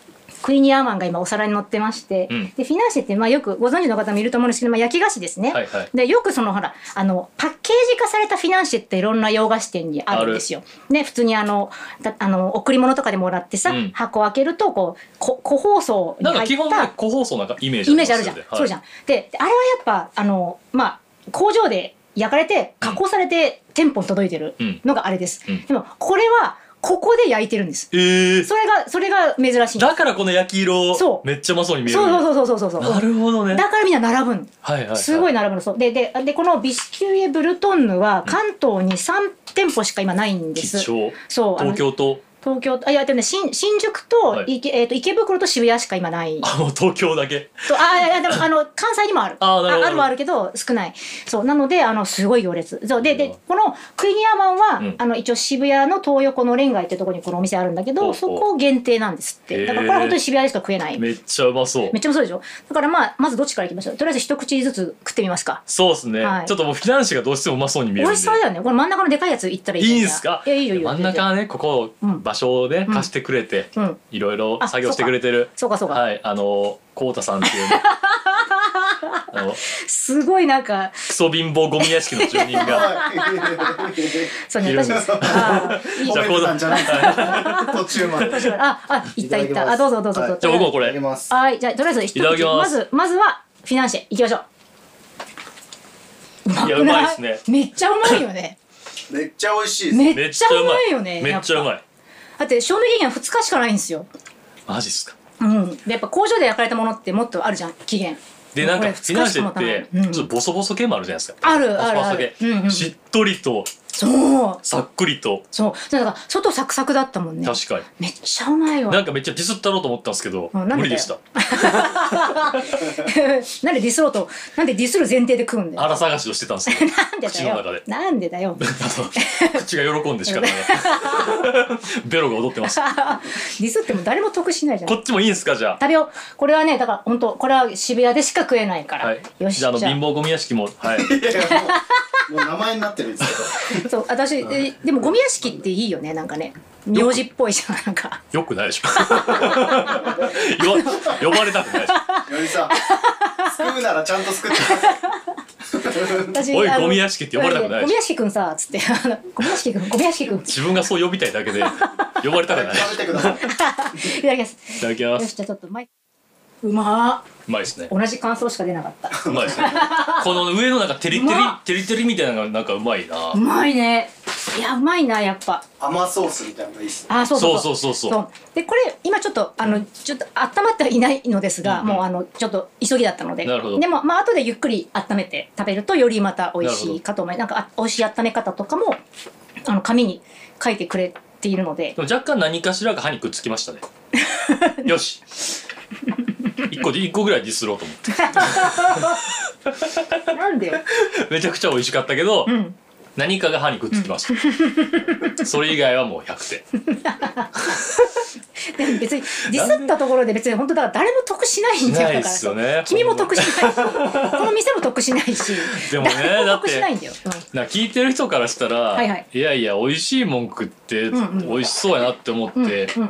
Speaker 2: クイニアマンが今お皿に乗ってまして、
Speaker 1: うん
Speaker 2: でフィナンシェってまあよくご存知の方もいると思うんですけど、まあ、焼き菓子ですね、
Speaker 1: はいはい
Speaker 2: でよくそのほらあのパッケージ化されたフィナンシェっていろんな洋菓子店にあるんですよ。ね普通にあのだあの贈り物とかでもらってさ、
Speaker 1: うん
Speaker 2: 箱開けるとこうこ個包装に
Speaker 1: なん
Speaker 2: 入
Speaker 1: か
Speaker 2: っ
Speaker 1: 基本
Speaker 2: た
Speaker 1: ね個包装なんかイメージ
Speaker 2: イメージあるじゃん、そうじゃ
Speaker 1: ん
Speaker 2: ん。でであれはやっぱあのまあ工場で焼かれて加工されて店舗に届いてる
Speaker 1: うん
Speaker 2: のがあれです。
Speaker 1: うん
Speaker 2: でもこれはここで焼いてるんです。
Speaker 1: えー、
Speaker 2: それがそれが珍しい。
Speaker 1: だからこの焼き色
Speaker 2: そう
Speaker 1: めっちゃうまそうに見える
Speaker 2: そうそうそうそうそうそう。
Speaker 1: なるほどね
Speaker 2: だからみんな並ぶん。
Speaker 1: はいはい、はい、
Speaker 2: すごい並ぶのそうでででこのビスキュイエ・ブルトンヌは関東に3店舗しか今ないんで
Speaker 1: 貴
Speaker 2: す、
Speaker 1: 重
Speaker 2: そうあの
Speaker 1: 東京と
Speaker 2: 東京あいやでもね新新宿と
Speaker 1: はい
Speaker 2: 池,、えー、と池袋と渋谷しか今ない
Speaker 1: あもう東京だけ
Speaker 2: とあいやいやでもあの関西にもある
Speaker 1: あなるほど
Speaker 2: あるはあるけど少ないそうなのであのすごい行列そうででこのクイニアマンは、
Speaker 1: うん
Speaker 2: あの一応渋谷の東横のレンガイってとこにこのお店あるんだけ
Speaker 1: ほうほ
Speaker 2: ど
Speaker 1: う
Speaker 2: そこ限定なんですっ
Speaker 1: へ
Speaker 2: て
Speaker 1: ー
Speaker 2: だからこれは本当に渋谷でしか食えない
Speaker 1: め
Speaker 2: めっ
Speaker 1: っちゃうまそう
Speaker 2: ちゃうまそうでしょだからまあまずどっちからいきましょうとりあえず一口ずつ食ってみますか
Speaker 1: そうですね、
Speaker 2: はい
Speaker 1: ちょっともうフィナンシェがどうしてもうまそうに見える
Speaker 2: 美
Speaker 1: んで
Speaker 2: 味しそうだよねこれ真ん中のでかいやついったらいい
Speaker 1: いい
Speaker 2: じゃ
Speaker 1: んすか
Speaker 2: いやいいよいいよ
Speaker 1: 真ん中はねここ
Speaker 2: うん
Speaker 1: 場所をね、
Speaker 2: うん
Speaker 1: 貸してくれて、
Speaker 2: うん
Speaker 1: いろいろ
Speaker 2: あ
Speaker 1: 作業してくれてる
Speaker 2: そうかそうか、
Speaker 1: はいあのこうたさんっていうねあの
Speaker 2: すごいなんか
Speaker 1: クソ貧乏ゴミ屋敷の住人が
Speaker 2: そうね
Speaker 1: いろい
Speaker 2: 私
Speaker 1: ろ
Speaker 2: あーいい
Speaker 1: じゃあ
Speaker 3: 褒めてたんじゃないか途中まで。
Speaker 2: 確かにああいったいったあどうぞどうぞどうぞ、
Speaker 1: じゃあ僕もこ
Speaker 3: こ
Speaker 1: れ
Speaker 3: いただきます。
Speaker 2: はいじゃあとりあえず一口
Speaker 1: いただきます
Speaker 2: ずまずはフィナンシェいきましょう
Speaker 1: いやうまいですね
Speaker 2: めっちゃうまいよね
Speaker 3: めっちゃ美味しいです。
Speaker 2: め
Speaker 1: め
Speaker 2: っ
Speaker 1: っ
Speaker 2: ち
Speaker 1: ち
Speaker 2: ゃ
Speaker 1: ゃう
Speaker 2: う
Speaker 1: ま
Speaker 2: ま
Speaker 1: い
Speaker 2: いよね
Speaker 1: めっちゃうま
Speaker 2: い
Speaker 1: い
Speaker 2: だって賞味期限2日しかないんですよ
Speaker 1: マジっすか
Speaker 2: うんでやっぱ工場で焼かれたものってもっとあるじゃん期限
Speaker 1: でなん
Speaker 2: こ
Speaker 1: か
Speaker 2: れ
Speaker 1: フ
Speaker 2: 二
Speaker 1: ィナン
Speaker 2: 日し
Speaker 1: シ
Speaker 2: か
Speaker 1: ェ
Speaker 2: 持
Speaker 1: った
Speaker 2: ない
Speaker 1: てちょっとボソボソ系もあるじゃないですか
Speaker 2: あるある
Speaker 1: ボソ
Speaker 2: あ
Speaker 1: ボソ
Speaker 2: る
Speaker 1: 系、
Speaker 2: うんうん、
Speaker 1: しっとりと
Speaker 2: そう
Speaker 1: さっくりと
Speaker 2: そうだから外サクサクだったもんね
Speaker 1: 確かに
Speaker 2: めっちゃうまいわ
Speaker 1: なんかめっちゃディスったろうと思ったんですけど
Speaker 2: うんなん
Speaker 1: 無
Speaker 2: で
Speaker 1: 理でした
Speaker 2: なんでディスろうとなんでディスる前提で食うんだよ
Speaker 1: 腹探しをしてたんですけど
Speaker 2: なんでだ
Speaker 1: 口の中
Speaker 2: よ
Speaker 1: で
Speaker 2: なんでだよ
Speaker 1: 口が喜んでしかないベロが踊ってます
Speaker 2: ディスっても誰も得しないじゃん
Speaker 1: こっちもいいんすかじゃ
Speaker 2: 食べようこれはねだから本当これは渋谷でしか食えないか
Speaker 1: あ
Speaker 2: ら、
Speaker 1: はい
Speaker 2: よし
Speaker 1: じゃああの
Speaker 2: じゃあ
Speaker 1: 貧乏ゴミ屋敷もはい
Speaker 3: いやいやもうもう名前になってるんです
Speaker 2: そう私、えでもゴミ屋敷っていいよねなんかね名字っぽいじゃんなんか
Speaker 1: よくないでしょ よ呼ばれたくないでし
Speaker 3: けど。より さん、救うならちゃんと救って。
Speaker 2: 私
Speaker 1: おい
Speaker 2: あの
Speaker 1: ゴミ屋敷って呼ばれたくないでしょ
Speaker 2: ゴミ屋敷くんさつってあのゴミ屋敷くんゴミ屋敷くんい
Speaker 1: ょ自分がそう呼びたいだけで呼ばれたくないい
Speaker 3: 食べてください。
Speaker 2: ただきます
Speaker 1: ただきま
Speaker 2: よ
Speaker 1: す
Speaker 2: しじゃあちょっとマイうま
Speaker 1: うまいですね
Speaker 2: ー同じ感想しか出な かった
Speaker 1: うまいですねこの上のなんかテリテ
Speaker 2: う
Speaker 1: リ
Speaker 2: ま
Speaker 1: テリテリみたいなのがなんかうまいな
Speaker 2: うまいねいやうまいなやっぱ
Speaker 3: 甘ソースみたいなのがいいっ す。
Speaker 2: あそうそう
Speaker 1: そうそうそうそう
Speaker 2: でこれ今ちょっとあのちょっと温まってはいないのですが、もうあのちょっと急ぎだったので
Speaker 1: なるほど
Speaker 2: でもまあ後でゆっくり温めて食べるとよりまた美味
Speaker 1: なる
Speaker 2: し
Speaker 1: ほ
Speaker 2: い
Speaker 1: ど
Speaker 2: かと思いなんかあ美味しい温め方とかもあの紙に書いてくれている ので
Speaker 1: でも若干何かしらが歯にくっつきましたねよし一個で一個ぐらいディスろうと思って
Speaker 2: なんでよ、
Speaker 1: めちゃくちゃ美味しかったけど、
Speaker 2: うん、
Speaker 1: 何かが歯にくっつきました、それ以外はもう100点
Speaker 2: でも別にディスったところで別に本当だから誰も得しないんだよ
Speaker 1: ない
Speaker 2: だ
Speaker 1: っ
Speaker 2: から
Speaker 1: すよね
Speaker 2: 君も得しないしこの店も得しないし
Speaker 1: でもね
Speaker 2: 誰も
Speaker 1: だっ
Speaker 2: 得
Speaker 1: て
Speaker 2: しないんだよ、うん
Speaker 1: な聞いてる人からしたら、
Speaker 2: はいはい
Speaker 1: やいや美味しいもん食って
Speaker 2: うんうん
Speaker 1: 美味しそうやなって思って、
Speaker 2: うんうんうん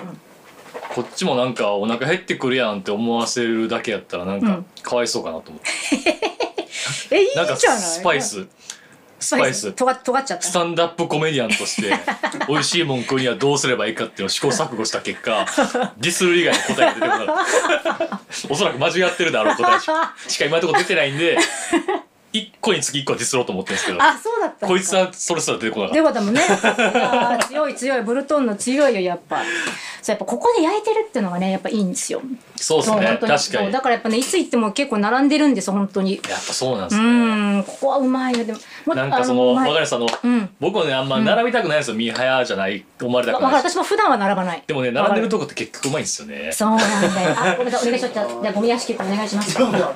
Speaker 1: こっちもなんかお腹減ってくるやんって思わせるだけやったらなん
Speaker 2: う
Speaker 1: か
Speaker 2: ん
Speaker 1: かわいそうかなと思って、
Speaker 2: えいいじゃ
Speaker 1: なん
Speaker 2: ない
Speaker 1: かスパイススパイス
Speaker 2: とが尖っちゃった
Speaker 1: スタンダップコメディアンとして 美味しいもん食うにはどうすればいいかっていうのを試行錯誤した結果ディスる以外の答えが出てこなかったおそらく間違ってるだろう答えしかしか今のところ出てないんで1個につき1個ディスろうと思ってるんですけど
Speaker 2: あそうだったのか
Speaker 1: こいつはそれすら出てこなかっ
Speaker 2: でよかったもんねいやー強い強いブルトンの強いよやっぱそうやっぱここで焼いてるってのがねやっぱいいんですよ
Speaker 1: たそうです
Speaker 2: そう
Speaker 1: ね確か
Speaker 2: 本当に
Speaker 1: に
Speaker 2: そうだからやっぱねいつ行っても結構並んでるんです本当に
Speaker 1: やっぱそうなんで
Speaker 2: う
Speaker 1: すね
Speaker 2: ーんここはうまいよでもも
Speaker 1: なんかその
Speaker 2: うまい
Speaker 1: 若林さんの
Speaker 2: うん
Speaker 1: 僕もねあんま並びたくないんですよミーハヤじゃない思われた
Speaker 2: わ
Speaker 1: く
Speaker 2: わ
Speaker 1: な
Speaker 2: か
Speaker 1: い
Speaker 2: る私も普段は並ばない
Speaker 1: でもね並んでるとこって結局うまいんですよね
Speaker 2: そうなんだよ あごめんなさいお願いしますじゃあじゃあゴミ屋敷お願いします
Speaker 3: どうも。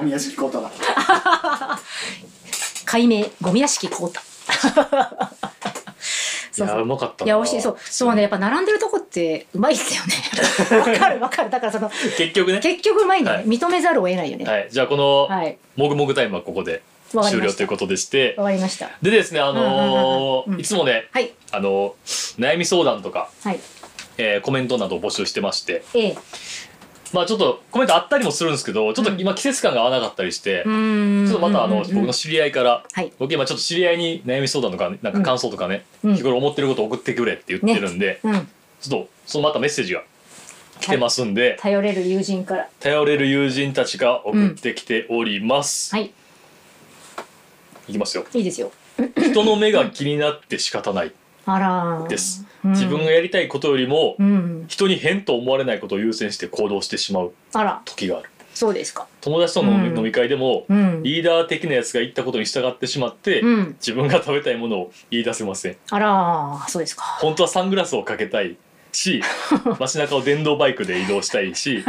Speaker 3: お宮敷ことだ。
Speaker 2: 解明ゴミ屋敷こうた
Speaker 1: いやうまかった
Speaker 2: い
Speaker 1: な
Speaker 2: や美味しいそうそうねやっぱ並んでるとこってうまいっすよ ねわかるわかるだからその
Speaker 1: 結局ね
Speaker 2: 結局うまいんだよね、
Speaker 1: は
Speaker 2: 認めざるを得ないよね
Speaker 1: はいじゃあこの
Speaker 2: はい
Speaker 1: もぐもぐタイムはここで
Speaker 2: わかりました
Speaker 1: 終了ということでして
Speaker 2: わかりました
Speaker 1: でですねあの
Speaker 2: うんうんうんうん
Speaker 1: ーいつもね
Speaker 2: はい
Speaker 1: あのー悩み相談とか
Speaker 2: はい
Speaker 1: えーコメントなどを募集してまして、
Speaker 2: ええ
Speaker 1: まあちょっとコメントあったりもするんですけど、ちょっと今季節感が合わなかったりして、
Speaker 2: うーん
Speaker 1: ちょっとまたあの、
Speaker 2: うんうんうん
Speaker 1: 僕の知り合いから、
Speaker 2: はい
Speaker 1: 僕今ちょっと知り合いに悩み相談とか、なんか感想とかね、
Speaker 2: うん
Speaker 1: 日頃思ってること送ってくれって言ってるんで、
Speaker 2: うん
Speaker 1: ちょっとそのまたメッセージが来てますんで、
Speaker 2: 頼れる友人から
Speaker 1: 頼れる友人たちが送ってきております。
Speaker 2: はい
Speaker 1: いきますよ。
Speaker 2: いいですよ
Speaker 1: 人の目が気になって仕方ない
Speaker 2: あらー
Speaker 1: です。
Speaker 2: うん
Speaker 1: 自分がやりたいことよりも、
Speaker 2: うん
Speaker 1: 人に変と思われないことを優先して行動してしまう
Speaker 2: あら
Speaker 1: 時がある。
Speaker 2: そうですか
Speaker 1: 友達との
Speaker 2: うん
Speaker 1: 飲み会でも、
Speaker 2: うん
Speaker 1: リーダー的なやつが言ったことに従ってしまって、
Speaker 2: うん
Speaker 1: 自分が食べたいものを言い出せません。
Speaker 2: あらーそうですか
Speaker 1: 本当はサングラスをかけたい し街中を電動バイクで移動したいし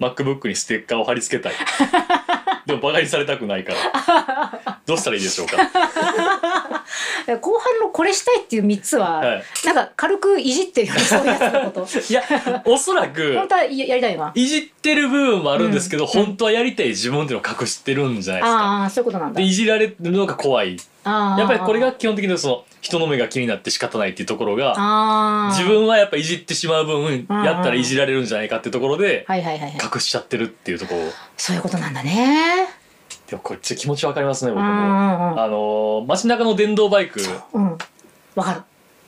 Speaker 1: MacBook にステッカーを貼り付けたいでもバカにされたくないからどうしたらいいでしょうか
Speaker 2: 後半のこれしたいっていう3つは、
Speaker 1: はい
Speaker 2: なんか軽くいじってるよね そういうやつの こと
Speaker 1: いやおそらく
Speaker 2: 本当はややりたいなあ
Speaker 1: いじってる部分もあるんですけど、
Speaker 2: うん
Speaker 1: 本当はやりたい自分っていうのを隠してるんじゃないですか
Speaker 2: あーそういうことなんだ
Speaker 1: でいじられるのが怖い
Speaker 2: あー
Speaker 1: やっぱりこれが基本的にその人の目が気になって仕方ないっていうところが
Speaker 2: あー
Speaker 1: 自分はやっぱいじってしまう分
Speaker 2: あー
Speaker 1: やったらいじられるんじゃないかっていうところで
Speaker 2: はいはいはいはい
Speaker 1: 隠しちゃってるっていうところ
Speaker 2: そういうことなんだね
Speaker 1: でもこれちょっと気持ちわかりますね
Speaker 2: う
Speaker 1: 僕
Speaker 2: んう
Speaker 1: も。
Speaker 2: んうん
Speaker 1: あのー街中の電動バイク
Speaker 2: うんわかる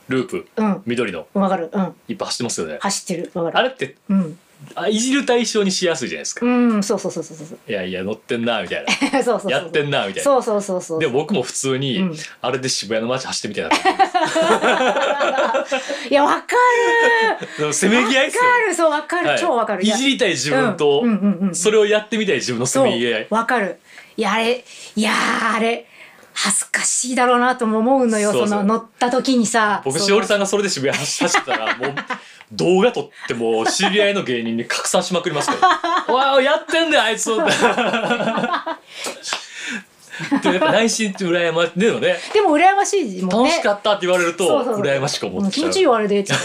Speaker 1: ループ
Speaker 2: うん
Speaker 1: 緑の
Speaker 2: わかるうん
Speaker 1: いっぱい走ってますよね。
Speaker 2: 走ってるわか
Speaker 1: あ
Speaker 2: る
Speaker 1: れって
Speaker 2: うん
Speaker 1: あいじる対象にしやすいじゃないですか。
Speaker 2: うんそうそうそうそうそう そう
Speaker 1: いやいや乗ってんなみた いな
Speaker 2: そうそうそう
Speaker 1: やってんなみたいな。
Speaker 2: そうそうそうそう
Speaker 1: でも僕も普通に、
Speaker 2: うん
Speaker 1: あれで渋谷の街走ってみたいな って
Speaker 2: いやわかる
Speaker 1: でも せめぎ合いです
Speaker 2: わ
Speaker 1: よね
Speaker 2: かるそうわかる、
Speaker 1: はい
Speaker 2: 超わかる
Speaker 1: いじりたい自分と、
Speaker 2: うんうんうんうん
Speaker 1: それをやってみたい自分のせ
Speaker 2: そう
Speaker 1: めぎ合い
Speaker 2: わかるいやあれいやーあれ恥ずかしいだろうなとも思うのよ
Speaker 1: そう
Speaker 2: そ
Speaker 1: そう
Speaker 2: の乗った時にさ
Speaker 1: 僕
Speaker 2: その
Speaker 1: しおりさんがそれで渋谷走ってたらもう動画撮ってもう知り合いの芸人に拡散しまくります から「わあやってんだよあいつ」でもやっぱ内心って羨ましいでもね
Speaker 2: でも羨ましいもん
Speaker 1: 楽
Speaker 2: ね
Speaker 1: しかったって言われると
Speaker 2: そうそうそう
Speaker 1: 羨ましく思
Speaker 2: う
Speaker 1: っ
Speaker 2: ん気
Speaker 1: ちゃ
Speaker 2: 持
Speaker 1: う
Speaker 2: ちいいよあ れでつっ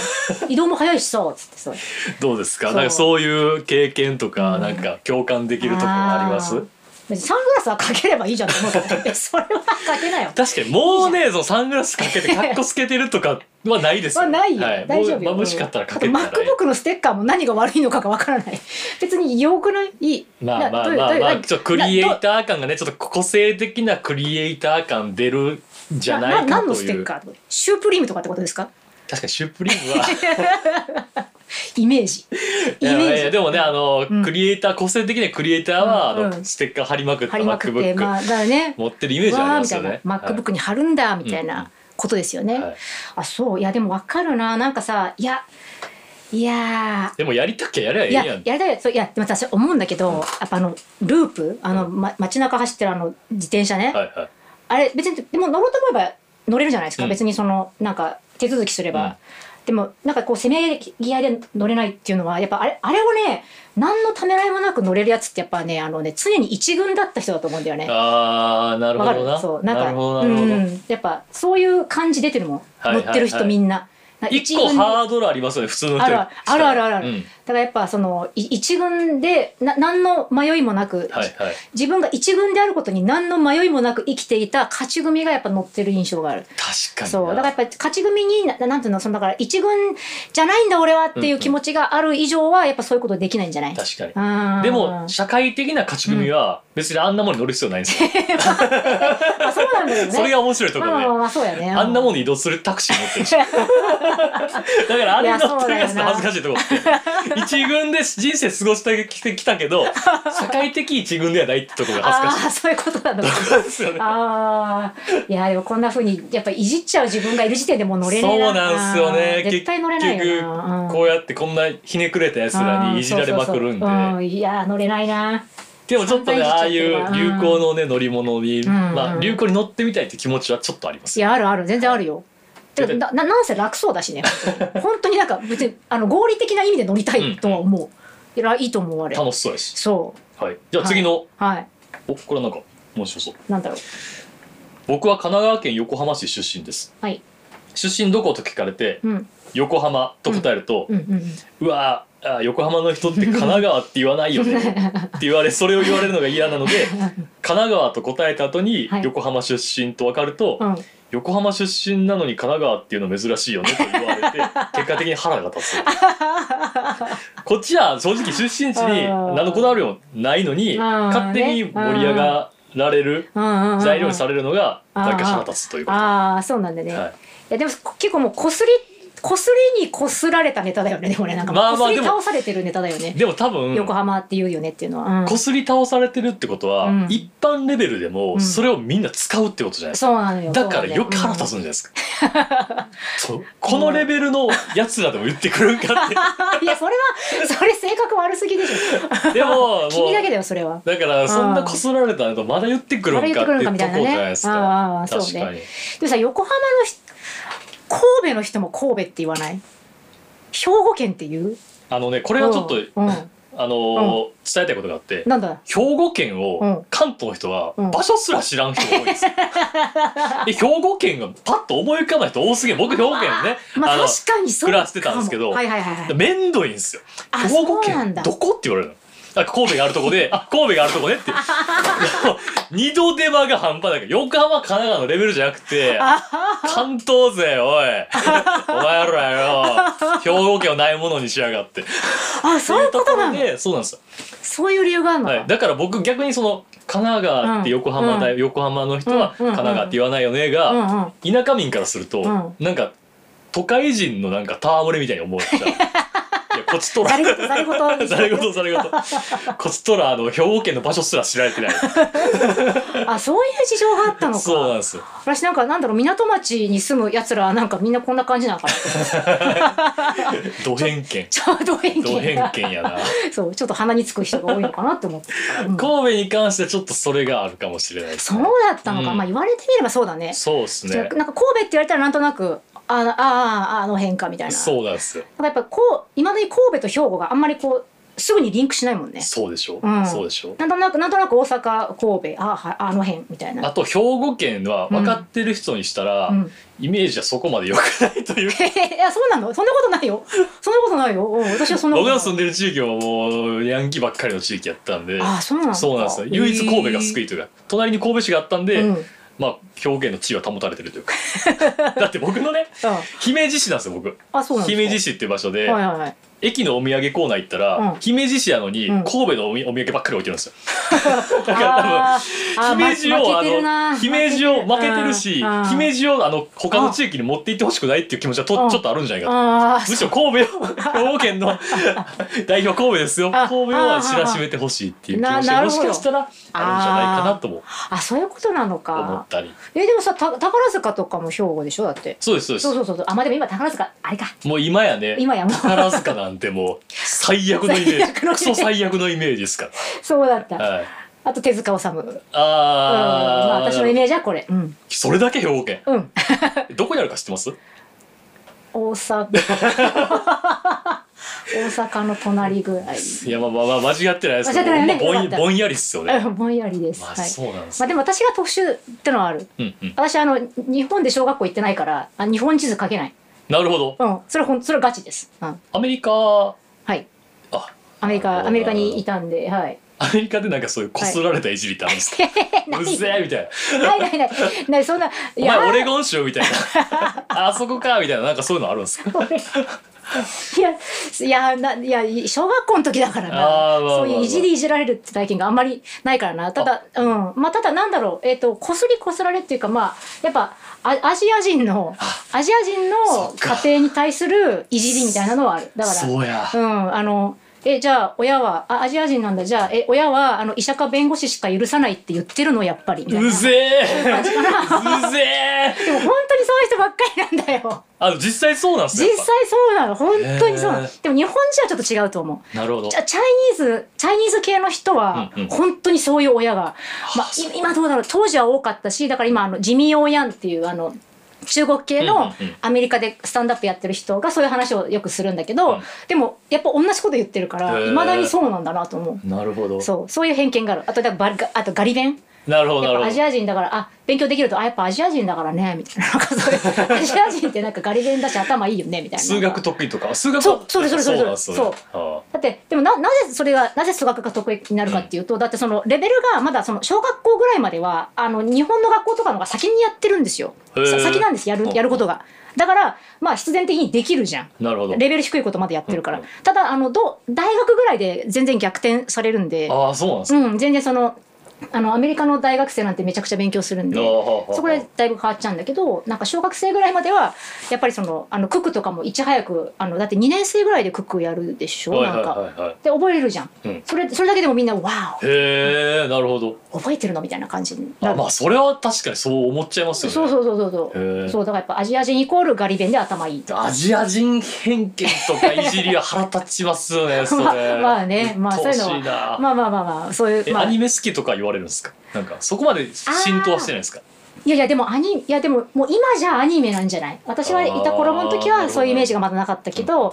Speaker 2: て移動も早いしさつってそう
Speaker 1: どうですか
Speaker 2: そう
Speaker 1: なんかそういう経験とか、
Speaker 2: うん
Speaker 1: なんか共感できるところあります
Speaker 2: ー別にサングラスはかければいいじゃんと思うけど えそれはかけなよ
Speaker 1: 確かにもうねそのサングラスかけてかっこつけてるとかはないです
Speaker 2: まあないよ、
Speaker 1: はい、
Speaker 2: 大丈夫よ
Speaker 1: もう眩しかったらかけ
Speaker 2: う
Speaker 1: て
Speaker 2: ん
Speaker 1: たら
Speaker 2: あ
Speaker 1: いい
Speaker 2: と MacBook のステッカーも何が悪いのかがわからない別によくないいい
Speaker 1: まあ
Speaker 2: な
Speaker 1: まあ
Speaker 2: どういう
Speaker 1: まあ
Speaker 2: どういう
Speaker 1: まあ、ちょっとクリエイ
Speaker 2: などう
Speaker 1: ター感がね、ちょっと個性的なクリエイター感出るんじゃないか
Speaker 2: 何の
Speaker 1: と
Speaker 2: ステ
Speaker 1: い
Speaker 2: ッ
Speaker 1: う。
Speaker 2: カ
Speaker 1: 確
Speaker 2: ーとかシュープリームとかってことですか
Speaker 1: かにシュプリ ームは。
Speaker 2: イメージ
Speaker 1: い
Speaker 2: イ
Speaker 1: やいや
Speaker 2: メ
Speaker 1: いや
Speaker 2: ージ
Speaker 1: でもね、あの、
Speaker 2: うん
Speaker 1: クリエイター、個性的なクリエイターは、
Speaker 2: うん
Speaker 1: あ
Speaker 2: う
Speaker 1: の、
Speaker 2: ん
Speaker 1: ステッカー貼りまくった
Speaker 2: 貼りまくって
Speaker 1: MacBook、
Speaker 2: まあだからね
Speaker 1: 持ってるイメージあり
Speaker 2: わー
Speaker 1: ま
Speaker 2: み
Speaker 1: す
Speaker 2: たい
Speaker 1: よ
Speaker 2: な、
Speaker 1: ね。はい
Speaker 2: MacBook に貼るんだみたいなことですよね、
Speaker 1: はい
Speaker 2: あそういやでもわかるななんかさいやいやー
Speaker 1: でもやりたきゃやればい
Speaker 2: い
Speaker 1: い
Speaker 2: や
Speaker 1: や
Speaker 2: や
Speaker 1: ん。
Speaker 2: りたいそういやでも私思うんだけど、やっぱあのループあの、ま、街中走ってるあの自転車ね、
Speaker 1: はいはい。
Speaker 2: あれ別にでも乗ろうと思えば乗れるじゃないですか、
Speaker 1: うん
Speaker 2: 別にそのなんか手続きすれば、
Speaker 1: うん
Speaker 2: でもなんかこう攻めぎ合いで乗れないっていうのはやっぱあれあれをね何のためらいもなく乗れるやつってやっぱねあのね常に一軍だった人だと思うんだよね。
Speaker 1: あー、なるほ
Speaker 2: わかる
Speaker 1: どな。
Speaker 2: そうなんか
Speaker 1: なるほど、なるほ
Speaker 2: う
Speaker 1: ど。
Speaker 2: ん、やっぱそういう感じ出てるもん、
Speaker 1: はいはい
Speaker 2: 乗ってる人みんな。な
Speaker 1: 一
Speaker 2: 軍
Speaker 1: 個
Speaker 2: に
Speaker 1: ハードルありますよね、普通の人
Speaker 2: あるあるあるあるある
Speaker 1: うん
Speaker 2: だからやっぱそのい一軍でな何の迷いもなく、
Speaker 1: はいはい。
Speaker 2: 自分が一軍であることに何の迷いもなく生きていた勝ち組がやっぱ乗ってる印象がある。
Speaker 1: 確かにな。
Speaker 2: そうだからやっぱり勝ち組にななんていうのそのだから一軍じゃないんだ俺はっていう気持ちがある以上はやっぱそういうことできないんじゃない、
Speaker 1: 確かに。
Speaker 2: うん
Speaker 1: でも、社会的な勝ち組は、別にあんなものに乗る必要ないんですよ。
Speaker 2: まあそうなんだよね。
Speaker 1: それが面白いとこ
Speaker 2: まあまあまあ
Speaker 1: ろ
Speaker 2: まあそうやね。
Speaker 1: で。あんなもの移動するタクシー乗ってるし。だからあれ乗ってるやつの恥ずかしいとこって。一軍で人生過ごしてきたけど、社会的一軍ではないってとこが恥ず
Speaker 2: ああーそういうことなのか
Speaker 1: かしい。そうですよね。
Speaker 2: ああいやでもこんな風にやっぱいじっちゃう自分がいる時点でもう乗れねえな
Speaker 1: そうなんですよね。
Speaker 2: 絶対乗れないよな
Speaker 1: 結局、こうやってこんなひねくれた奴らにいじられまくるんで
Speaker 2: う。うんいや乗れないな
Speaker 1: でもちょっとね、
Speaker 2: 散
Speaker 1: あ
Speaker 2: 々
Speaker 1: あ
Speaker 2: い
Speaker 1: い
Speaker 2: じっちゃってるわ
Speaker 1: う流行のね、乗り物に、
Speaker 2: んうん
Speaker 1: まあ流行に乗ってみたいって気持ちはちょっとあります
Speaker 2: いやあるある全然あるよてか
Speaker 1: 絶
Speaker 2: なななんせ楽そうだしね本当になんか別にあの合理的な意味で乗りたいとは思う、いやいいと思うあれ
Speaker 1: 楽しそうやし。
Speaker 2: そう
Speaker 1: はい。じゃあ次の、
Speaker 2: はい
Speaker 1: お、これなんか面白そう。
Speaker 2: なんだろう
Speaker 1: 僕は神奈川県横浜市出身です。
Speaker 2: はい
Speaker 1: 出身どこと聞かれて、
Speaker 2: うん
Speaker 1: 横浜と答えると、
Speaker 2: うんうん
Speaker 1: うわーあー横浜の人って神奈川って言わないよ ねって言われそれを言われるのが嫌なので神奈川と答えた後に
Speaker 2: はい
Speaker 1: 横浜出身と分かると、
Speaker 2: うんうん
Speaker 1: 横浜出身なのに神奈川っていうの珍しいよねと言われ て結果的に腹が立つこっちは正直出身地に
Speaker 2: あー
Speaker 1: 何のこだわりもないのに
Speaker 2: あー
Speaker 1: 勝手に
Speaker 2: ね
Speaker 1: 盛り上がられる
Speaker 2: うんうん
Speaker 1: 材料にされるのが
Speaker 2: あー
Speaker 1: なんか腹立つというか。
Speaker 2: ああそうなんだね、
Speaker 1: はい
Speaker 2: い、やでも結構もうこすりこすりにこすられたネタだよねでもねなんか
Speaker 1: まあまあ
Speaker 2: こすり
Speaker 1: でも
Speaker 2: 倒されてるネタだよね、
Speaker 1: でも多分
Speaker 2: 横浜って言うよねっていうのは、うん
Speaker 1: こすり倒されてるってことは、
Speaker 2: うん
Speaker 1: 一般レベルで
Speaker 2: う
Speaker 1: も
Speaker 2: ん
Speaker 1: それをみんな使うってことじゃないですか、
Speaker 2: そうなのよ
Speaker 1: だからよく腹立つんじゃないですか、そうこのレベルのやつらでも言ってくるんか っ
Speaker 2: そうなんだようんいやそれはそれ性格悪すぎでしょ
Speaker 1: てでももう
Speaker 2: 君だけだよそれは
Speaker 1: だからそんなこすられたとまだ言ってくるんかっていうとこじゃないです
Speaker 2: まだ言
Speaker 1: か
Speaker 2: ってくるんかみたいなねああそう
Speaker 1: 確
Speaker 2: ね
Speaker 1: かに
Speaker 2: でもさ横浜の人神戸の人も神戸って言わない兵庫県って言う
Speaker 1: あのねこれはちょっと
Speaker 2: うんうん
Speaker 1: あのー伝えたいことがあって
Speaker 2: なんだ
Speaker 1: 兵庫県
Speaker 2: う
Speaker 1: を
Speaker 2: ん
Speaker 1: 関東の人は
Speaker 2: うん
Speaker 1: 場所すら知らん人が多い ですよ、で兵庫県がパッと思い浮かばない人多すぎる僕兵庫県ね、
Speaker 2: まあ
Speaker 1: の
Speaker 2: 確かにそう
Speaker 1: 暮らしてたんですけど
Speaker 2: はいはいはいはい
Speaker 1: めんどいんですよ
Speaker 2: あ
Speaker 1: 兵庫
Speaker 2: そうなん
Speaker 1: 県
Speaker 2: だ
Speaker 1: どこって言われるのあ神戸があるとこであ神戸があるとこね って二度手間が半端ないから横浜神奈川のレベルじゃなくて関東勢おい お前らよ兵庫県をないものにしやがって
Speaker 2: あそういうことな
Speaker 1: って
Speaker 2: の
Speaker 1: いうところでそうなんですよ
Speaker 2: そういう理由があるのか、
Speaker 1: はい、だから僕逆にその神奈川って横浜だ、
Speaker 2: う
Speaker 1: 横浜の人は
Speaker 2: うんうん
Speaker 1: 神奈川って言わないよねが、
Speaker 2: うんう
Speaker 1: 田
Speaker 2: ん
Speaker 1: 舎民からすると、
Speaker 2: う
Speaker 1: なんか都会人のなんか戯れみたいに思っちゃ う。いやこっちとら
Speaker 2: ざれ言ざれ言
Speaker 1: ざれ言ざれ言こっちとらあの兵庫県の場所すら知られてない
Speaker 2: あそういう事情があったのか
Speaker 1: そうなんですよ
Speaker 2: 私なんかなんだろう港町に住むやつらはなんかみんなこんな感じ なのかな
Speaker 1: ド偏見
Speaker 2: ちょうど偏
Speaker 1: ド
Speaker 2: 見
Speaker 1: 偏
Speaker 2: が
Speaker 1: 見やな
Speaker 2: そうちょっと鼻につく人が多いのかなって思ってたから、うん
Speaker 1: 神戸に関してはちょっとそれがあるかもしれないです
Speaker 2: そう
Speaker 1: ね
Speaker 2: だったのか、
Speaker 1: うん
Speaker 2: まあ言われてみればそうだね
Speaker 1: そうです
Speaker 2: じゃあ
Speaker 1: ね
Speaker 2: なんか神戸って言われたらなんとなくああああの辺かみたいな
Speaker 1: そうなんですよ
Speaker 2: なんかやっぱこういまだに神戸と兵庫があんまりこうすぐにリンクしないもんね
Speaker 1: そうでしょ、
Speaker 2: うん
Speaker 1: そうでしょ
Speaker 2: なんとなくなんとなく大阪神戸あはあの辺みたいな
Speaker 1: あと兵庫県は分かってる人にしたら、
Speaker 2: うん、
Speaker 1: イメージはそこまで良くないというか
Speaker 2: いやそうなのそんなことないよそんなことないようん私はそんなこ
Speaker 1: 僕
Speaker 2: とない
Speaker 1: が住んでる地域はもうヤンキーばっかりの地域やったんで
Speaker 2: ああそうなんだ
Speaker 1: そうなんですよ唯一神戸が救
Speaker 2: い
Speaker 1: いというか隣に神戸市があったんで、
Speaker 2: うんうん
Speaker 1: まあ兵庫県の地位は保たれてるというか だって僕のね姫路市なんですよ僕
Speaker 2: あそうなんですか
Speaker 1: 姫路市っていう場所で、
Speaker 2: はいはいはい
Speaker 1: 駅のお土産コーナー行ったら、
Speaker 2: うん
Speaker 1: 姫路市やのに
Speaker 2: うん
Speaker 1: 神戸のお土お土産ばっかり置いてるんですよだから多分
Speaker 2: あー
Speaker 1: 姫路
Speaker 2: あー
Speaker 1: をあ
Speaker 2: ま負けてるな
Speaker 1: の姫路を負けてるし
Speaker 2: うんうん
Speaker 1: 姫路をあの他の地域に持って行ってほしくないっていう気持ちはと
Speaker 2: うん
Speaker 1: ちょっとあるんじゃないかと
Speaker 2: あ ー
Speaker 1: むしろ 神戸を兵庫県の代表神戸ですよ
Speaker 2: あ
Speaker 1: 神戸をは知らしめてほしいっていう気持ち
Speaker 2: なな
Speaker 1: が
Speaker 2: る
Speaker 1: も
Speaker 2: ほ
Speaker 1: し
Speaker 2: ど
Speaker 1: かしたらあるんじゃないかなとも
Speaker 2: あそういうことな
Speaker 1: 思
Speaker 2: の
Speaker 1: っ
Speaker 2: か
Speaker 1: たり
Speaker 2: えでもさた宝塚とかも兵庫でしょだって
Speaker 1: そうですそうで
Speaker 2: そう
Speaker 1: す
Speaker 2: そうそうそうあまあでも今宝塚あれか
Speaker 1: もう今やね
Speaker 2: 今やもう
Speaker 1: 宝塚なんてもう最悪のイメ ージ
Speaker 2: 最悪のイメージ
Speaker 1: クソ最悪のイメージですか
Speaker 2: そうだった、
Speaker 1: ら、はい、
Speaker 2: あと手塚治虫うん
Speaker 1: あー、
Speaker 2: まあ私のイメージはこれうん
Speaker 1: それだけ兵庫県
Speaker 2: うん
Speaker 1: どこにあるか知ってます
Speaker 2: 大 阪大阪の隣ぐらい
Speaker 1: いやまあまあまあ間違ってないですけど、
Speaker 2: 間違ってないね
Speaker 1: ほんまぼん
Speaker 2: よかった
Speaker 1: ぼんやりっすよね
Speaker 2: うんぼんやりです、
Speaker 1: まあ
Speaker 2: はい
Speaker 1: そうなんです
Speaker 2: まあでも私が特殊ってのはある
Speaker 1: うんうん、
Speaker 2: 私あの日本で小学校行ってないからあ日本地図書けない
Speaker 1: なるほど
Speaker 2: うんそれほんそれガチですうん
Speaker 1: アメリカあ
Speaker 2: はいアメ
Speaker 1: なる
Speaker 2: リ
Speaker 1: ほ
Speaker 2: カ
Speaker 1: ど
Speaker 2: アメリカにいたんではい
Speaker 1: アメリカでなんかそういうこすられたいじりってあるんですか、
Speaker 2: な
Speaker 1: う
Speaker 2: い
Speaker 1: っせえみたいな
Speaker 2: ないない ないないそんな
Speaker 1: 「お前オレゴン州」みたいな「あそこか」みたいななんかそういうのあるんですか
Speaker 2: いやいやないやい小学校の時だから
Speaker 1: あーまあ
Speaker 2: な
Speaker 1: まあまあ
Speaker 2: そういういじりいじられるって体験があんまりないからなただうんまあただなんだろうえっ、とこすりこすられっていうかまあやっぱアアジア人のアジア人
Speaker 1: そ
Speaker 2: の
Speaker 1: っか
Speaker 2: 家庭に対するいじりみたいなのはあるだから
Speaker 1: そうや
Speaker 2: うん、あのえじゃあ親はあアジア人なんだじゃあえ親はあの医者か弁護士しか許さないって言ってるのやっぱりみたいな
Speaker 1: うぜえうぜえ
Speaker 2: でも本当にそういう人ばっかりなんだよ
Speaker 1: あの実際そうなんです
Speaker 2: 実
Speaker 1: よ
Speaker 2: 際そうなの本当にそうな
Speaker 1: へ
Speaker 2: の
Speaker 1: ー
Speaker 2: でも日本人はちょっと違うと思う
Speaker 1: なるほど
Speaker 2: チャチャイニーズチャイニーズ系の人は
Speaker 1: うんうん
Speaker 2: 本当にそういう親が、まあ、い今どうだろう当時は多かったしだから今あのジミー・オーヤンっていうあの中国系
Speaker 1: うんうんうん
Speaker 2: のアメリカでスタンダップやってる人がそういう話をよくするんだけど、
Speaker 1: うん
Speaker 2: でもやっぱ同じこと言ってるか
Speaker 1: へ
Speaker 2: ら
Speaker 1: ー
Speaker 2: いまだにそうなんだなと思
Speaker 1: なるほど
Speaker 2: うそうそういう偏見があるあとだからバリガあとガリ弁
Speaker 1: なるほどな
Speaker 2: やっ
Speaker 1: る
Speaker 2: ぱ
Speaker 1: ほ
Speaker 2: アジ
Speaker 1: ど
Speaker 2: ア人だからあ勉強できるとあやっぱアジア人だからねみたいななんかそういうアジア人ってなんかガリ弁だし頭いいよねみたいな
Speaker 1: 数学得意とか数学
Speaker 2: そうそれそれそれ
Speaker 1: そうなんですよねあ
Speaker 2: だってでもななぜそれがなぜ数学が得意になるかっていうと、だってそのレベルがまだその小学校ぐらいまではあの日本の学校とかの方が先にやってるんですよ
Speaker 1: へー
Speaker 2: さ先なんですやるやることがだからまあ必然的にできるじゃん
Speaker 1: なるほど
Speaker 2: レベル低いことまでやってるから、
Speaker 1: うんうん
Speaker 2: ただあのどう大学ぐらいで全然逆転されるんで
Speaker 1: ああそうなんですか、
Speaker 2: うん全然そのあのアメリカの大学生なんてめちゃくちゃ勉強するんで
Speaker 1: あーはあはあはあ
Speaker 2: そこでだいぶ変わっちゃうんだけどなんか小学生ぐらいまではやっぱりそのあの九九とかもいち早くあのだって2年生ぐらいで九九やるでしょ、
Speaker 1: はい
Speaker 2: なんか、
Speaker 1: はいはいはい
Speaker 2: で覚えれるじゃん、
Speaker 1: うん
Speaker 2: それそれだけでもみんな「わ
Speaker 1: へえなるほど
Speaker 2: お覚えてるの?」みたいな感じにな
Speaker 1: あ
Speaker 2: る、
Speaker 1: まあそれは確かにそう思っちゃいます
Speaker 2: そう
Speaker 1: よね
Speaker 2: そうそうそうそ
Speaker 1: へー
Speaker 2: うそうだからやっぱアジア人イコールガリ弁で頭いいと
Speaker 1: アジア人偏見とかいじりは腹立ちますよ ねそれ
Speaker 2: まあまあねまあそういうの
Speaker 1: 鬱
Speaker 2: は
Speaker 1: 陶しいな
Speaker 2: まあまあまあまあそうい
Speaker 1: え
Speaker 2: う、まあ、
Speaker 1: アニ
Speaker 2: い
Speaker 1: メ好きとか言われるんですかなんかそこまで浸透はしてないですか
Speaker 2: やいやでもアニいやでももう今じゃアニメなんじゃない私がいた頃の時
Speaker 1: あー
Speaker 2: はそういうイメージがまだなかったけど、
Speaker 1: うん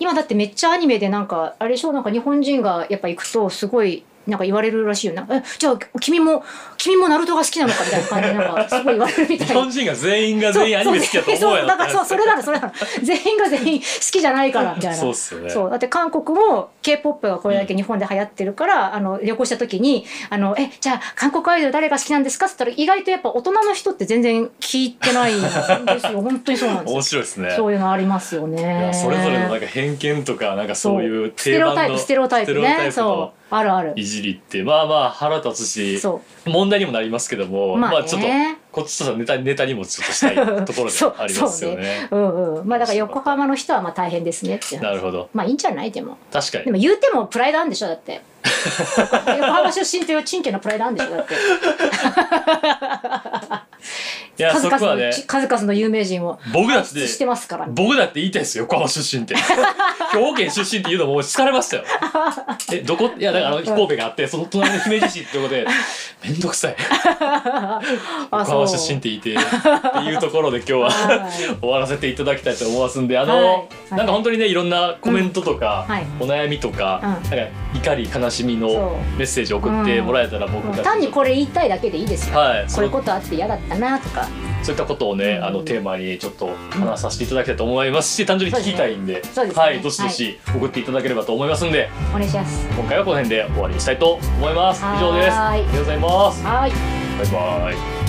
Speaker 2: 今だってめっちゃアニメでなんかあれでしょなんか日本人がやっぱ行くとすごいなんか言われるらしいよなえじゃあ君も君もナルトが好きなのかみたいな感じでなんかすごい言われるみたい
Speaker 1: 日
Speaker 2: な
Speaker 1: 本人が全員が全員アニメ好きだと思う
Speaker 2: そう
Speaker 1: や
Speaker 2: そう
Speaker 1: ろ
Speaker 2: だからそうそれならそれなら 全員が全員好きじゃないからみたいな
Speaker 1: そうっすよね
Speaker 2: そうだって韓国も k p o p がこれだけ日本で流行ってるから、あの旅行した時にあの「えじゃあ韓国アイドル誰が好きなんですか?」って言ったら意外とやっぱ大人の人って全然聞いてないん ですよ本当にそうなんです
Speaker 1: 面
Speaker 2: よ。
Speaker 1: 白いですね
Speaker 2: そういうのありますよ
Speaker 1: いや
Speaker 2: ね。
Speaker 1: それぞれのなんか偏見とかなんかそういう
Speaker 2: ステ
Speaker 1: 定
Speaker 2: レオタ
Speaker 1: 番
Speaker 2: イ
Speaker 1: の
Speaker 2: プステレオタイプ
Speaker 1: ステレオ
Speaker 2: ね
Speaker 1: プの
Speaker 2: そうあるある
Speaker 1: いじりってまあまあ腹立つし
Speaker 2: そ
Speaker 1: 問題にもなりますけども、
Speaker 2: ま
Speaker 1: ま
Speaker 2: あ
Speaker 1: あ
Speaker 2: ね
Speaker 1: ちょっとこっちとネタネタにもちょっとしたいところでありますよね。
Speaker 2: そうそううんうんまあだから横浜の人はまあ大変ですねっていう
Speaker 1: なるほど
Speaker 2: まあいいんじゃないでも
Speaker 1: 確かに
Speaker 2: でも言うてもプライドあるんでしょだって横浜出身という陳家のプライドあるんでしょだって
Speaker 1: いや
Speaker 2: 数
Speaker 1: そこ
Speaker 2: 々
Speaker 1: は
Speaker 2: の、
Speaker 1: ね
Speaker 2: 数々の有名人を
Speaker 1: 僕だっ
Speaker 2: 出して
Speaker 1: て
Speaker 2: ますから、
Speaker 1: 僕だって言いたいですよ横浜出 身って兵庫県出身って言うのもう疲れましたよえどこいやだからあの神戸があってその隣の姫路市ってこと でめんどくさい
Speaker 2: あ
Speaker 1: 横浜出身って言いてっていうところで今日は
Speaker 2: はい
Speaker 1: 終わらせていただきたいと思いますんであの、
Speaker 2: はい
Speaker 1: なんか本当にねいろんなコメントとか、
Speaker 2: うんはい
Speaker 1: お悩みとか,、
Speaker 2: うん
Speaker 1: なんか怒り悲しみの
Speaker 2: そう
Speaker 1: メッセージ送ってもらえたら僕
Speaker 2: うん
Speaker 1: たち、
Speaker 2: 単にこれ言いたいだけでいいですよ、
Speaker 1: はい
Speaker 2: こ
Speaker 1: そうう
Speaker 2: いうことあって嫌だったなとか
Speaker 1: そういったことをね、
Speaker 2: うん
Speaker 1: あのテーマにちょっと話させていただきたいと思いますし単純に聞きたいんで
Speaker 2: そうですねそうですね
Speaker 1: はいどしどし送っていただければと思いますんで
Speaker 2: お願いします
Speaker 1: 今回はこの辺で終わりにしたいと思います以上です
Speaker 2: はー
Speaker 1: あ
Speaker 2: い
Speaker 1: りがとうございます
Speaker 2: はい
Speaker 1: バイバイ